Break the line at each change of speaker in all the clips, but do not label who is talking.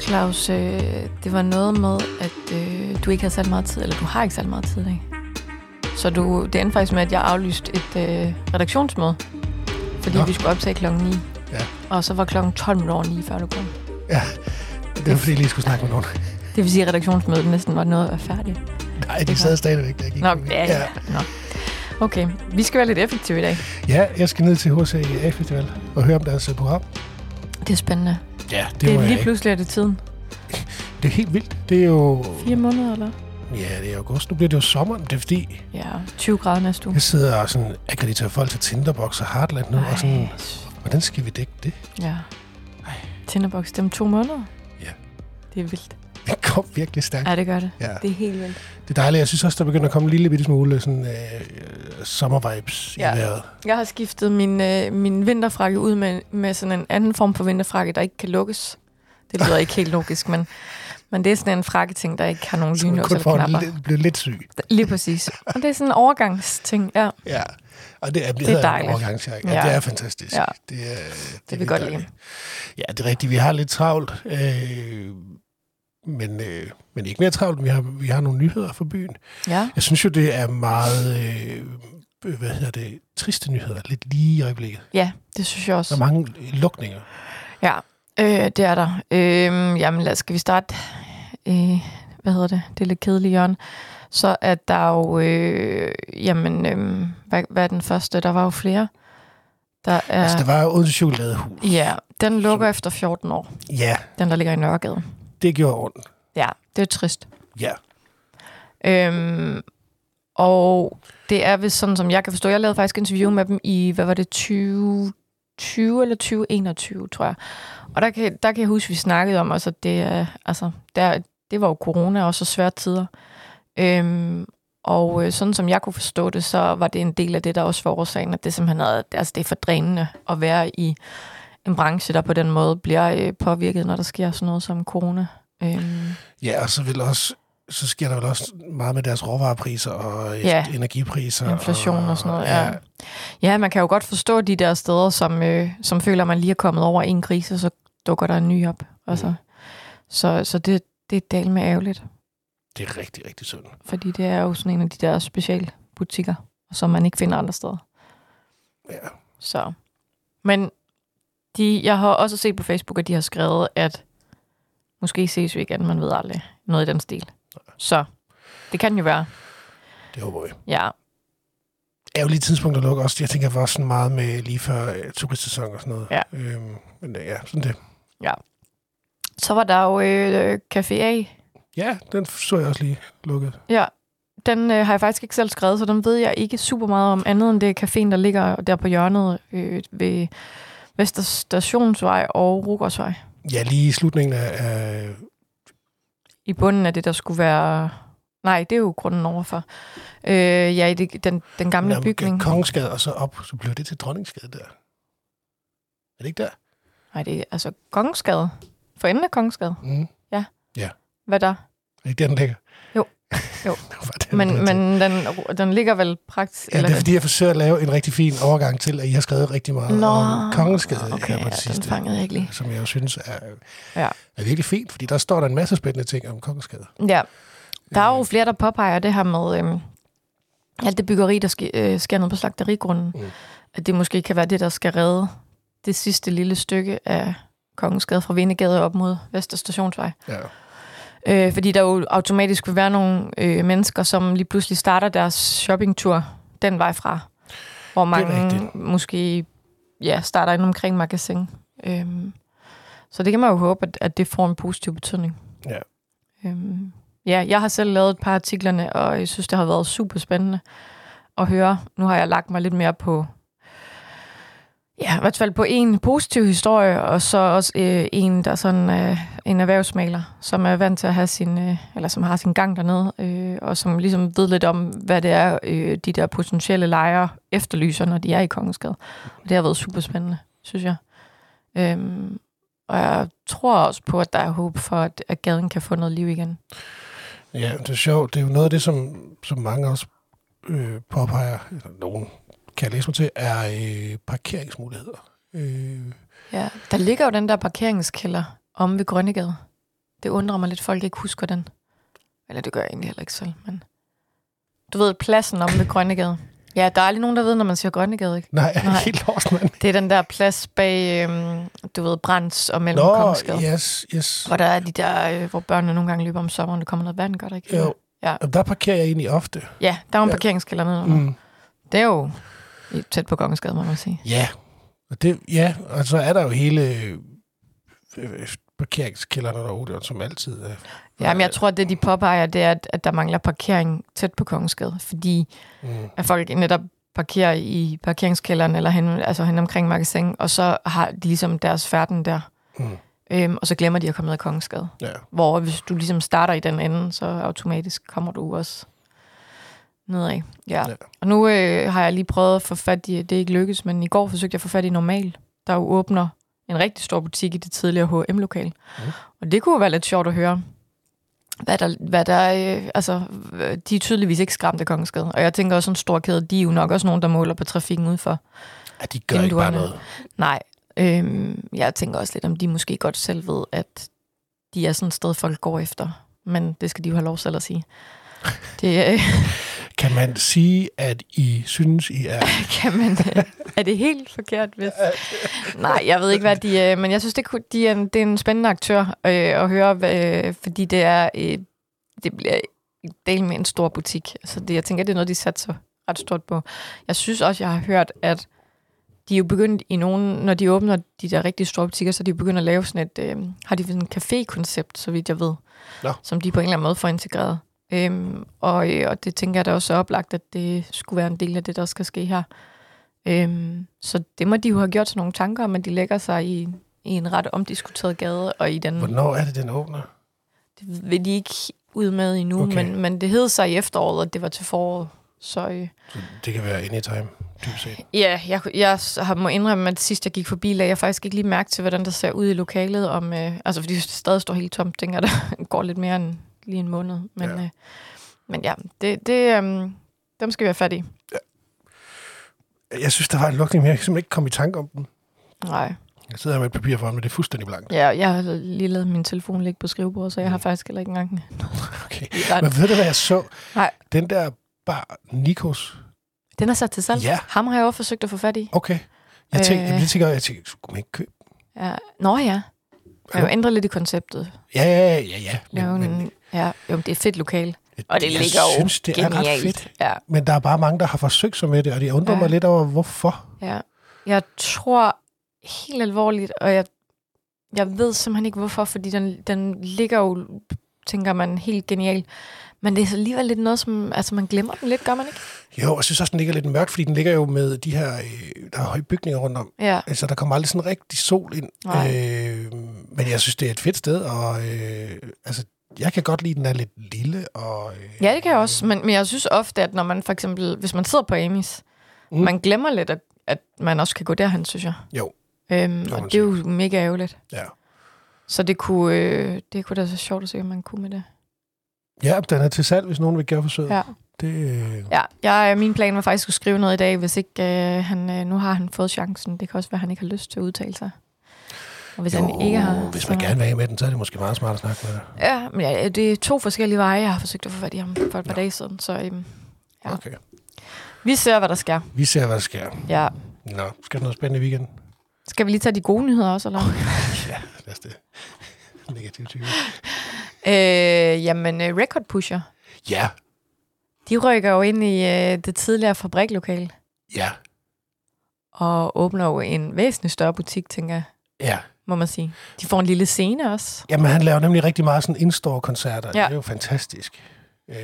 Claus, øh, det var noget med, at øh, du ikke havde særlig meget tid, eller du har ikke særlig meget tid i dag. Så du, det endte faktisk med, at jeg aflyste et øh, redaktionsmøde, fordi
Nå.
Nå. vi skulle optage klokken 9.
Ja.
Og så var klokken 12 minutter over 9, før du kom.
Ja, det var fordi, jeg lige skulle snakke med nogen.
Det vil sige, at redaktionsmødet næsten var noget at være færdigt.
Nej, de sad stadigvæk, da jeg gik.
Nå,
forbi.
ja, ja. Nå. Okay, vi skal være lidt effektive i dag.
ja, jeg skal ned til HCA Festival og høre om deres øh, program.
Det er spændende.
Ja, det,
Det, er
må jeg
lige
ikke.
pludselig er det tiden.
Det er helt vildt. Det er jo...
Fire måneder, eller?
Ja, det er august. Nu bliver det jo sommer. men Det er fordi,
Ja, 20 grader næste uge.
jeg sidder og sådan akkrediterer folk til Tinderbox og Heartland nu. Og sådan,
Ej.
hvordan skal vi dække det?
Ja. Tinderbox, det er om to måneder.
Ja.
Det er vildt.
Det kom virkelig stærkt.
Ja, det gør det.
Ja.
Det er helt vildt.
Det er dejligt. Jeg synes også, der begynder at komme en lille bitte smule sådan, øh, øh, sommervibes ja.
Ja.
i vejret.
Jeg har skiftet min, øh, min vinterfrakke ud med, med sådan en anden form for vinterfrakke, der ikke kan lukkes. Det lyder ikke helt logisk, men, men det er sådan en frakketing, der ikke har nogen
Så man
lynlås
kun
eller
får en
knapper.
lidt, blive lidt syg.
Lige præcis. Og det er sådan en overgangsting, ja.
Ja, og det er, det
er
hedder en
dejligt.
overgangsjakke. Ja.
Ja.
ja, det er fantastisk.
Ja.
Ja. Det, er, det,
kan vi
virkelig
godt lide.
dejligt. Ja, det er rigtigt. Vi har lidt travlt, øh, men, øh, men ikke mere travlt. Vi har, vi har nogle nyheder fra byen.
Ja,
Jeg synes jo, det er meget, øh, øh, hvad hedder det, triste nyheder, lidt lige i øjeblikket.
ja det synes jeg
Der er
også.
mange lukninger.
Ja, øh, det er der. Øh, jamen, lad, skal vi starte? Øh, hvad hedder det? Det er lidt kedeligt, Jørgen. Så er der jo, øh, jamen, øh, hvad, hvad er den første? Der var jo flere. Der
Ja.
er,
Altså, der var jo Odense Chokoladehus.
ja, den lukker efter 14 år.
Ja,
Den, der ligger i Nørregade.
det gjorde ondt.
Ja, det er trist.
Ja.
Øhm, og det er vist sådan, som jeg kan forstå. Jeg lavede faktisk interview med dem i, hvad var det, 20, 20 eller 2021, tror jeg. Og der kan, der kan jeg huske, vi snakkede om også, at det, er- altså, der, det var jo corona og så svære tider. Øhm, og øh, sådan som jeg kunne forstå det, så var det en del af det, der også var årsagen, at det simpelthen havde, altså, det er for drænende at være i en branche, der på den måde bliver øh, påvirket, når der sker sådan noget som corona. Øhm,
Ja, og så vil også så sker der vel også meget med deres råvarepriser og
Ja.
ja. energipriser.
Inflation og sådan noget, ja. Ja, man kan jo godt forstå de der steder, som, øh, som føler, at man lige er kommet over en krise, så dukker der en ny op. Altså. Så, så det, det er del med ærgerligt,
Det er rigtig, rigtig synd.
fordi det er jo sådan en af de der specialbutikker, som man ikke finder andre steder.
Ja.
Så. Men de, jeg har også set på Facebook, at de har skrevet, at måske ses vi igen, man ved aldrig. Noget i den stil. Så det kan jo være.
Det håber vi.
Ja,
Ærgerlige tidspunkter lukker også. Jeg tænker, det var også sådan meget med lige før øh, turistsæson og sådan noget.
Ja.
Øhm, men øh, ja, sådan det.
så var der jo øh, Café A
Ja, den så jeg også lige lukket.
Ja, den øh, har jeg faktisk ikke selv skrevet, så den ved jeg ikke super meget om, andet end det er caféen, der ligger der på hjørnet øh, ved Vester Stationsvej og Rugårdsvej.
Ja, lige i slutningen af... af
I bunden af det, der skulle være... Nej, det er jo grunden overfor. Øh, ja, i det, den, den gamle
nærmest
bygning.
Kongensgade og så op, så blev det til Dronningsgade der. Er det ikke der?
Nej, det er altså Kongensgade. For enden af Kongensgade.
Mm.
Hvad der?
Er det ikke der, den ligger?
Jo. Jo.
det var det,
Men,
jeg tænkte.
men den, den ligger vel praktisk...
Ja, det er fordi, jeg forsøger at lave en rigtig fin overgang til, at I har skrevet rigtig meget
Nå,
om
okay,
Kongensgade her på
ja,
det
den
sidste.
fangede jeg ikke lige.
Som jeg jo synes er,
Ja.
ja. er virkelig fint, fordi der står der en masse spændende ting om Kongensgade.
Ja. Der er jo flere, der påpeger det her med øhm, alt det byggeri, der ske, øh, sker nede på slagterigrunden. Mm.
Mm.
At det måske kan være det, der skal redde det sidste lille stykke af Kongensgade fra Vindegade op mod Vester Stationsvej.
Ja.
Øh, fordi der jo automatisk vil være nogle øh, mennesker, som lige pludselig starter deres shoppingtur den vej fra. Hvor mange
rigtigt.
måske ja, starter ind omkring magasin. Øhm, så det kan man jo håbe, at, at det får en positiv betydning.
Ja.
Øhm, ja, jeg har selv lavet et par af artiklerne, og jeg synes, det har været super spændende at høre. Nu har jeg lagt mig lidt mere på Ja, i hvert fald på en positiv historie, og så også øh, en, der er sådan øh, en erhvervsmaler, som er vant til at have sin, øh, eller som har sin gang dernede, øh, og som ligesom ved lidt om, hvad det er, øh, de der potentielle lejere efterlyser, når de er i Kongensgade. Og det har været super spændende, synes jeg. Øhm, og jeg tror også på, at der er håb for, at, at gaden kan få noget liv igen.
ja, det er sjovt. Det er jo noget af det, som, som mange også øh, påpeger, eller nogen kan jeg læse mig til, er øh, parkeringsmuligheder. Øh,
Ja, der ligger jo den der parkeringskælder om ved Grønnegade. Det undrer mig lidt, at folk ikke husker den. Eller det gør jeg egentlig heller ikke selv, men... Du ved, pladsen om ved Grønnegade. Ja, der er aldrig nogen, der ved, når man siger Grønnegade, ikke?
Nej,
Nej.
Nej. helt lost, mand.
Det er den der plads bag, øhm, du ved, Brands og mellem
Nå,
Kongsgade.
yes, yes.
Hvor der er de der, øh, hvor børnene nogle gange løber om sommeren, der kommer noget vand, gør der ikke?
Jo.
Ja.
Jamen, der parkerer jeg egentlig ofte.
Ja, der er jo en
Ja.
parkeringskælder nede. Mm.
Mm.
Det er jo i- tæt på Kongensgade, må man sige.
Ja. Og det, ja, og så er der jo hele øh, øh, parkeringskælderne derude, som altid er.
Jamen, jeg tror, at det, de påpeger, det er, at, at der mangler parkering tæt på Kongensgade, fordi
Mm.
at folk netop parkerer i parkeringskælderen eller hen, altså hen omkring magasin, og så har de ligesom deres færden der.
Mm.
Øhm, og så glemmer de at komme ned ad Kongensgade.
Ja.
Hvor hvis du ligesom starter i den ende, så automatisk kommer du også nedad. Ja.
Ja.
ja. Og nu øh, har jeg lige prøvet at få fat i, det er ikke lykkedes, men i går forsøgte jeg at få fat i Normal, der jo åbner en rigtig stor butik i det tidligere H&M-lokal.
Mm.
Mm. Og det kunne jo være lidt sjovt at høre, hvad der, hvad der øh, altså, øh, de er tydeligvis ikke skræmt af Kongensgade. Og jeg tænker også, en stor kæde, de er jo nok også nogen, der måler på trafikken udenfor.
ja, de gør ikke bare
Vinduerne.
noget.
Nej, øhm, jeg tænker også lidt, om de måske godt selv ved, at de er sådan et sted, folk går efter. Men det skal de jo have lov selv at sige. Det øh,
Kan man sige, at I synes, I er...
kan man... øh, Er det helt forkert, hvis... Nej, jeg ved ikke, hvad de... Øh, men jeg synes, det, kunne, de, øh, det er en spændende aktør øh, at høre, hvad- øh, fordi det er... Øh, det bliver del med en stor butik. Så det, jeg tænker, det er noget, de satser ret stort på. Jeg synes også, jeg har hørt, at de er jo begyndt i nogen, når de åbner de der rigtig store butikker, så er de jo begyndt at lave sådan et, øh, har de sådan et café-koncept, så vidt jeg ved,
Nå.
som de på en eller anden måde får integreret. Øhm, og, øh, og det tænker jeg da også er oplagt, at det skulle være en del af det, der skal ske her. Øhm, så det må de jo have gjort sig nogle tanker om, at de lægger sig i, i en ret omdiskuteret gade, og i den
Hvornår er det, den åbner?
det vil de ikke ud med endnu,
Okay.
okay. men, men det hed sig i efteråret, og det var til foråret. Så øh,
Så det kan være anytime, dybest set.
ja, jeg, kunne- jeg s- har- må indrømme, at sidst jeg gik forbi, lagde jeg faktisk ikke lige mærke til, hvordan der ser ud i lokalet. Om, øh, altså, fordi det stadig står helt tomt, tænker jeg, der går lidt mere end lige en måned. Men
Ja.
ja, øh, men ja det, det, øh, dem skal vi have fat i.
Jeg synes, der var en lukning, men jeg kan simpelthen ikke komme i tanke om den.
Nej.
Jeg sidder her med et papir foran, men det er fuldstændig blankt.
Ja, jeg har lige lavet min telefon ligge på skrivebordet, så jeg
Mm.
har faktisk heller ikke engang
Okay.
ret.
Men ved du, hvad jeg så?
Nej.
Den der bar, Nikos.
Den er sat til salg.
Ja.
Ham har jeg også forsøgt at få fat i.
Okay. Jeg tænkte,
Øh.
øh. jeg tænker, jeg tænkte, skulle man ikke købe?
Ja. Nå ja. Jeg har jo ændret lidt i konceptet.
Ja, ja, ja, ja.
Lave en, ja, jo, men det er et fedt lokal. Og det
jeg
ligger jo
synes, det er ret
genialt.
fedt.
Ja,
Men der er bare mange, der har forsøgt sig med det, og det undrer ja.
Ja.
mig lidt over, hvorfor.
ja. Jeg tror helt alvorligt, og jeg, jeg ved simpelthen ikke hvorfor, fordi den, den ligger jo, tænker man, helt genial. Men det er så alligevel lidt noget, som altså, man glemmer den lidt, gør man ikke?
Jo, og jeg synes også, den ligger lidt mørkt, fordi den ligger jo med de her øh, der er høje bygninger rundt om.
Ja,
Altså, der kommer aldrig sådan rigtig sol ind.
Nej.
Øh, men jeg synes, det er et fedt sted, og øh, altså, jeg kan godt lide, at den er lidt lille. Og, øh,
ja det kan jeg også, men, men jeg synes ofte, at når man for eksempel, hvis man sidder på Amis,
Mm.
mm. man glemmer lidt, at, at man også kan gå derhen, synes jeg.
Jo.
Øhm,
man
og det er jo mega ærgerligt.
Ja.
Så det kunne, øh, det kunne da være sjovt at se, om man kunne med det.
ja, den er til salg, hvis nogen vil gøre forsøget.
Ja.
Det, øh,
Ja, jeg, øh, min plan var faktisk at skrive noget i dag, hvis ikke øh, han, øh, nu har han fået chancen. Det kan også være, at han ikke har lyst til at udtale sig. Og hvis han ikke har...
hvis man
så-
gerne vil af med den, så er det måske meget smart at snakke med dig.
Ja, men ja, det er to forskellige veje, jeg har forsøgt at få fat i ham for et par dage siden. Så øhm, Ja.
Okay.
vi ser, hvad der sker.
Vi ser, hvad der sker.
Ja.
Nå, skal der noget spændende i weekenden?
Skal vi lige tage de gode nyheder også, eller?
Ja, lad os det. Negativ type.
øh, jamen, øh, Record Pusher,
Ja,
de rykker jo ind i øh, det tidligere fabriklokale
ja,
og åbner jo en væsentlig større butik, tænker jeg,
ja.
må man sige. De får en lille scene også.
Jamen, han laver nemlig rigtig meget sådan in-store-koncerter. Ja.
Ja.
Det er jo fantastisk. Øh...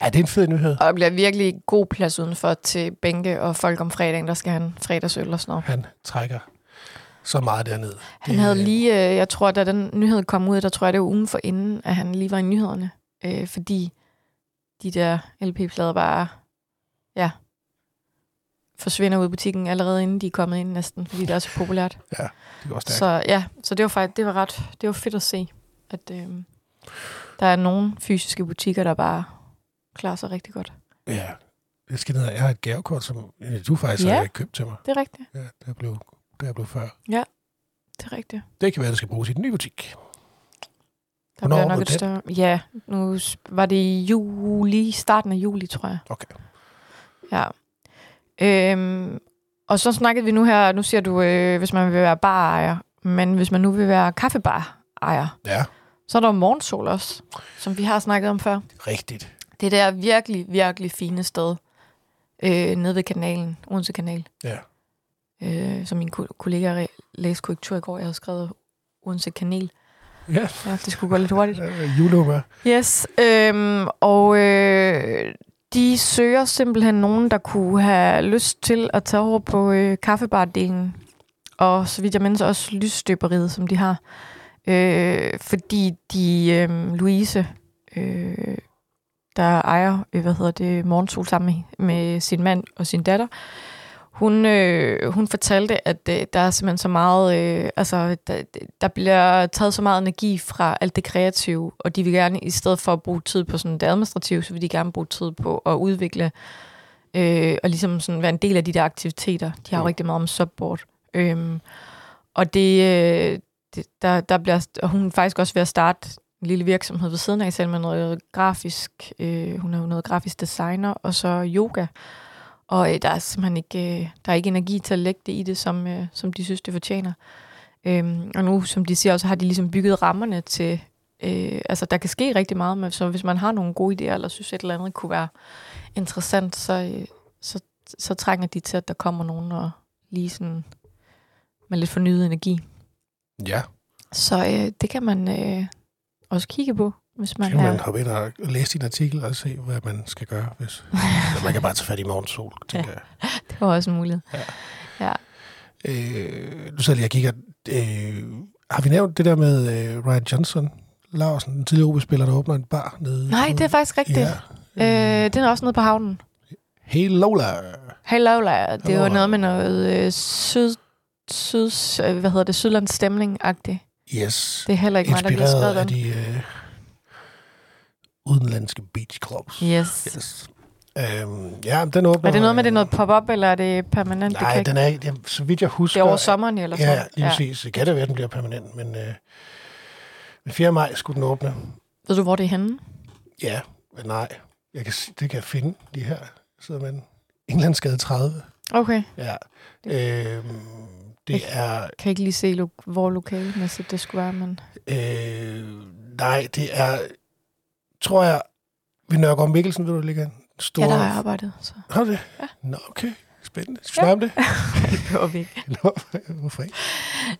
Er det en fed nyhed?
Og der bliver virkelig god plads udenfor til bænke og folk om fredagen, der skal have en fredagsøl og sådan noget.
Han trækker så meget dernede.
Han
Det-
havde lige, øh, jeg tror, da den nyhed kom ud, der tror jeg, det var ugen for inden, at han lige var i nyhederne. Øh, fordi de der LP-plader bare, ja, forsvinder ud af butikken allerede inden de er kommet ind næsten, fordi det er så populært.
Det går stærkt. Så...
Så ja, så det var faktisk, det var ret, det var fedt at se, at øh, der er nogle fysiske butikker, der bare klarer sig rigtig godt.
Ja. Jeg skal ned, og- jeg har et gavekort, som øh, du faktisk
Ja.
har øh, købt til mig.
Det er rigtigt,
Ja, der blev, der blev før.
det er rigtigt.
Det kan være, det skal bruges i den nye butik.
Der
Hvornår
bliver nok
blev
et
den?
større... Ja, nu s- var det i juli, starten af juli, tror jeg.
Okay.
Ja. Øhm, og så snakkede vi nu her, nu siger du, øh, hvis man vil være barejer, men hvis man nu vil være kaffebarejer,
Ja,
så er der jo morgensol også, som vi har snakket om før.
rigtigt.
Det der virkelig, virkelig fine sted øh, nede ved kanalen, Odense Kanal.
Ja.
Øh, som min ko- kollega re- læste korrektur i går, jeg havde skrevet Odense Kanal.
Ja,
Ja, det skulle gå lidt hurtigt.
øh, julehumør.
Yes, øhm, og øh, de søger simpelthen nogen, der kunne have lyst til at tage over på øh, kaffebardelen. Og så vidt jeg mindes også lysstøberiet, som de har. Øh, fordi de, øh, Louise, øh, der ejer, øh, hvad hedder det, Morgensol sammen med, med sin mand og sin datter, hun, øh, hun fortalte, at øh, der er simpelthen så meget, øh, altså der, der bliver taget så meget energi fra alt det kreative, og de vil gerne, i stedet for at bruge tid på sådan det administrative, så vil de gerne bruge tid på at udvikle øh, og ligesom sådan være en del af de der aktiviteter. De har jo
Mm.
rigtig meget om subboard. Øhm, og det, øh, det der, der bliver, og hun er faktisk også ved at starte en lille virksomhed ved siden af, selv med noget grafisk, øh, hun er jo noget grafisk designer, og så yoga. Og øh, der er simpelthen ikke, øh, der er ikke energi til at lægge det i det, som, øh, som de synes, det fortjener. Øhm, og nu, som de siger, så har de ligesom bygget rammerne til, øh, altså der kan ske rigtig meget, men så hvis man har nogle gode idéer, eller synes et eller andet kunne være interessant, så, øh, så, så trænger de til, at der kommer nogen og lige sådan med lidt fornyet energi.
Ja,
Så øh, det kan man øh, også kigge på, hvis
så
man,
kan man
er...
hoppe ind og læse din artikel og se, hvad man skal gøre. Hvis... Eller man kan bare tage fat i morgensol, tænker jeg.
Det var også en mulighed.
Øh, nu sidder jeg lige og kigger. Øh, har vi nævnt det der med øh, Ryan Johnson Larsen, den tidligere OB-spiller, der åbner en bar nede?
Nej, det er faktisk rigtigt.
Ja.
Ja. Øh,
Øh,
det er også nede på havnen.
hey Lola.
Hey Lola, det var
Lola.
noget med noget øh, syd, syds, øh, hvad hedder det, sydlands stemning -agtigt.
Yes.
Det er heller ikke mig, der lige har
Inspireret af
skrevet den.
de øh, udenlandske beach clubs.
Yes.
yes. Øhm, ja, men den åbner...
Er det noget med, det er
øh,
noget pop-up, eller er det permanent? det,
Nej,
kan
den
ikke-
er, det, så vidt jeg
det
husker...
er over sommeren, eller sådan
Ja,
noget.
lige præcis. Det kan da være, at den bliver permanent, men øh, den 4. maj skulle den åbne.
Ved du, hvor det er henne?
Ja, men nej. Jeg kan, s- det kan jeg finde lige her. Sidder man. Englandsgade 30.
Okay.
Ja. Øhm, det er...
Kan ikke lige se, lo- hvor lokalmæssigt det skulle være, men...
Øh, nej, det er... Tror jeg... Ved Nørgaard Mikkelsen, ved du, det ligger en stor...
Ja, der har jeg arbejdet, så...
Har du det? Ja. Nå, okay. Spændende. Skal vi ja. om det?
Det behøver vi ikke.
Nå, hvorfor ikke?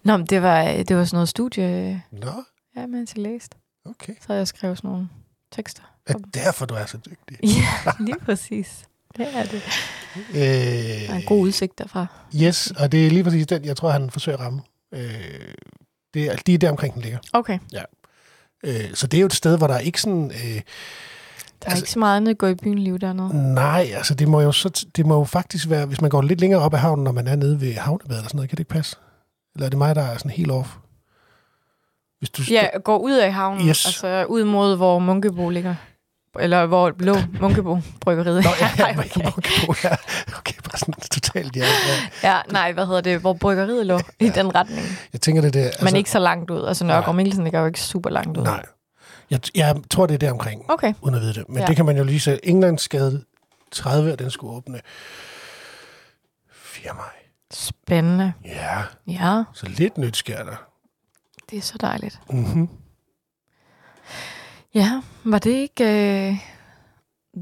Nå, men det var, øh, det var sådan noget studie,
Nå,
ja, mens jeg læste.
okay.
Så havde jeg skrevet sådan nogle tekster.
Det er derfor, du er så dygtig.
Ja, lige præcis. Det er det. Der er
Øh,
en god udsigt derfra.
Yes, og det er lige præcis den, jeg tror, han forsøger at ramme. Øh, det er lige der omkring, den ligger.
Okay.
Øh, så det er jo et sted, hvor der er ikke sådan... Øh,
Der er
Altså-
altså, ikke så meget andet at gå i byen liv dernede.
nej, altså det må, jo så, det må jo faktisk være... Hvis man går lidt længere op ad havnen, når man er nede ved havnebadet eller sådan noget, kan det ikke passe? Eller er det mig, der er sådan helt off? Hvis du
Ja, går ud af havnen,
Yes.
yes. altså ud mod, hvor Munkebo ligger. Eller hvor lå Munkebo bryggeriet.
Nå, ja, ja,
Ej,
okay. Okay, okay, bare sådan totalt, ja, ja.
ja, nej, hvad hedder det, hvor bryggeriet lå i den retning.
Jeg tænker, det der... Altså,
Men ikke så langt ud. Altså Nørgaard
Nej.
Mikkelsen ligger jo ikke super langt ud.
Nej. Jeg, jeg tror, det er der omkring.
Okay,
uden at vide det. Men ja.
Ja.
det kan man jo lige se. Englandsgade 30, og den skulle åbne 4. maj.
spændende.
Ja,
Ja,
så lidt nyt sker der.
det er så dejligt.
Mm-hmm.
Ja, var det ikke uh,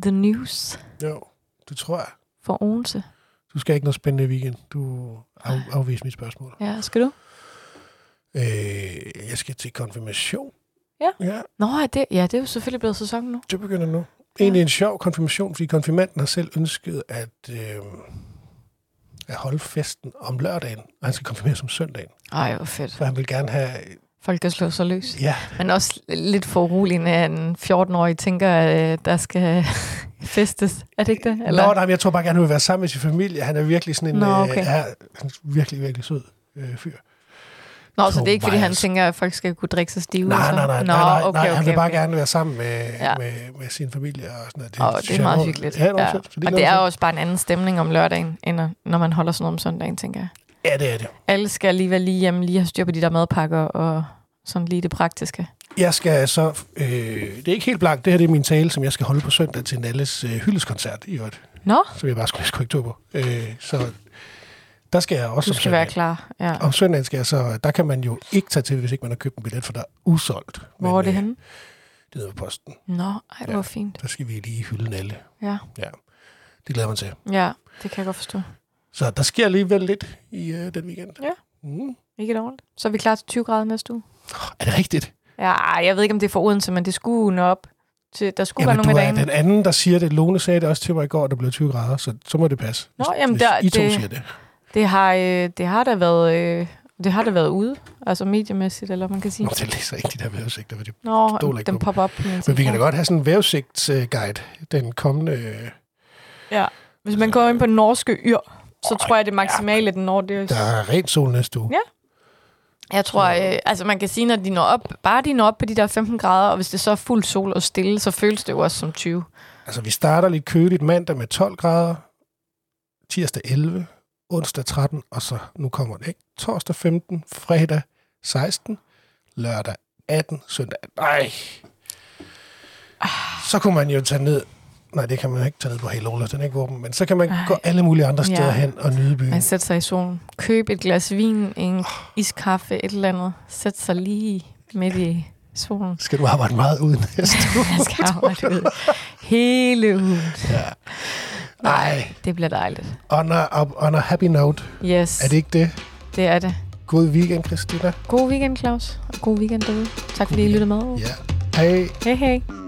the news
Jo, det tror jeg.
for Odense?
Du skal ikke noget spændende i weekend. Du af, afviser mit spørgsmål.
Ja, skal du?
Øh, jeg skal til konfirmation.
Ja.
ja.
Nå, er det, ja, det er jo selvfølgelig blevet sæson nu.
Det begynder nu. Egentlig en sjov konfirmation, fordi konfirmanden har selv ønsket at, øh, at holde festen om lørdagen, og han skal konfirmeres om søndagen.
Ej, hvor fedt.
For han vil gerne have...
Folk kan slå sig løs.
Ja,
Men også lidt for uroligende, at en 14-årig tænker, øh, der skal festes. Er det ikke det?
Eller? Nå, nej, men jeg tror bare gerne, hun vil være sammen med sin familie. Han er virkelig sådan en...
Nå,
øh,
okay.
er, han er virkelig, virkelig sød øh, fyr.
Nå, så det er ikke, fordi han
Tobias.
tænker, at folk skal kunne drikke sig stive?
Nej, nej,
så?
nej, nej,
Nå,
nej,
okay,
nej,
okay,
han vil bare
okay.
gerne være sammen med, ja.
Ja.
med, med sin familie og sådan noget.
Åh,
synes
det er
jeg
meget
enormt-
hyggeligt.
Ja, ja.
Ja.
Sødt, så det
Og det er
enormt
også bare en anden stemning om lørdagen, end at- når man holder sådan noget om søndagen, tænker jeg.
sødt. Ja, det er det.
Alle skal lige være lige hjemme, lige have styr på de der madpakker og sådan lige det praktiske.
Jeg skal så... Øh, det er ikke helt blankt. Det her det er min tale, som jeg skal holde på søndag til Nalles øh, hyldeskoncert i øvrigt.
Nå,
Som jeg bare skulle læse korrektur på. Øh, så der skal jeg også...
du
som
skal være
søndag.
klar. Ja.
Om søndagen skal jeg så... Der kan man jo ikke tage til, hvis ikke man har købt en billet, for der er udsolgt. Men,
Hvor er det
øh,
henne?
Det er på posten.
Nå, ej, hvor fint.
Der skal vi lige hylde Nalle.
Ja.
Ja. Det glæder man til.
ja, det kan jeg godt forstå.
Så der sker alligevel lidt i øh, den weekend.
Ja.
Mm.
Ikke dårligt. Så er vi klar til 20 grader næste uge.
Er det rigtigt?
Ja, ej, jeg ved ikke, om det er for Odense, men det skulle nå op. Til, der skulle
Jamen,
være
du
nogen
er
derinde.
den anden, der siger det. Lone sagde det også til mig i går, at der blev 20 grader, så, så må det passe.
Nå,
Hvis-
jamen,
hvis
der-
I to
det-
siger det.
Det har, øh, det har da været... Øh, det har da været ude, altså mediemæssigt, eller hvad man kan sige.
Nå, det læser ikke de der vejrudsigter. Men, det,
Nå,
stoler ikke
den
på
popper op. på min
men vi kan
telefon.
da godt have sådan en vejrudsigtsguide den kommende... øh,
Hvis man går ind på den norske yr, så tror jeg, det maksimale, den når, det
Der
er...
er rent sol næste uge.
Ja. Jeg tror, øh, altså man kan sige, når de når op, bare de når op på de der 15 grader, og hvis det så er fuld sol og stille, så føles det jo også som 20.
Altså, vi starter lidt køligt mandag med 12 grader, tirsdag 11, onsdag 13, og så nu kommer det, ikke? Torsdag 15, fredag 16, lørdag 18, søndag 18. Ej. Så kunne man jo tage ned... Nej, det kan man ikke tage ned på hele Ola, den er ikke åben. Men så kan man Ej.
Ej.
gå alle mulige andre steder
Ja.
ja. hen og nyde byen.
Man sætter sig i solen, køb et glas vin, en iskaffe, et eller andet, sæt sig lige midt i solen.
Skal du arbejde meget uden næste uge?
Jeg skal arbejde ud hele ugen.
Nej.
Det bliver dejligt.
On a, on a happy note.
Yes,
Er det ikke det?
det er det.
God weekend, Christina.
God weekend, Claus, og god weekend derude. Tak fordi I lyttede med.
Ja. Hej.
Hej hej.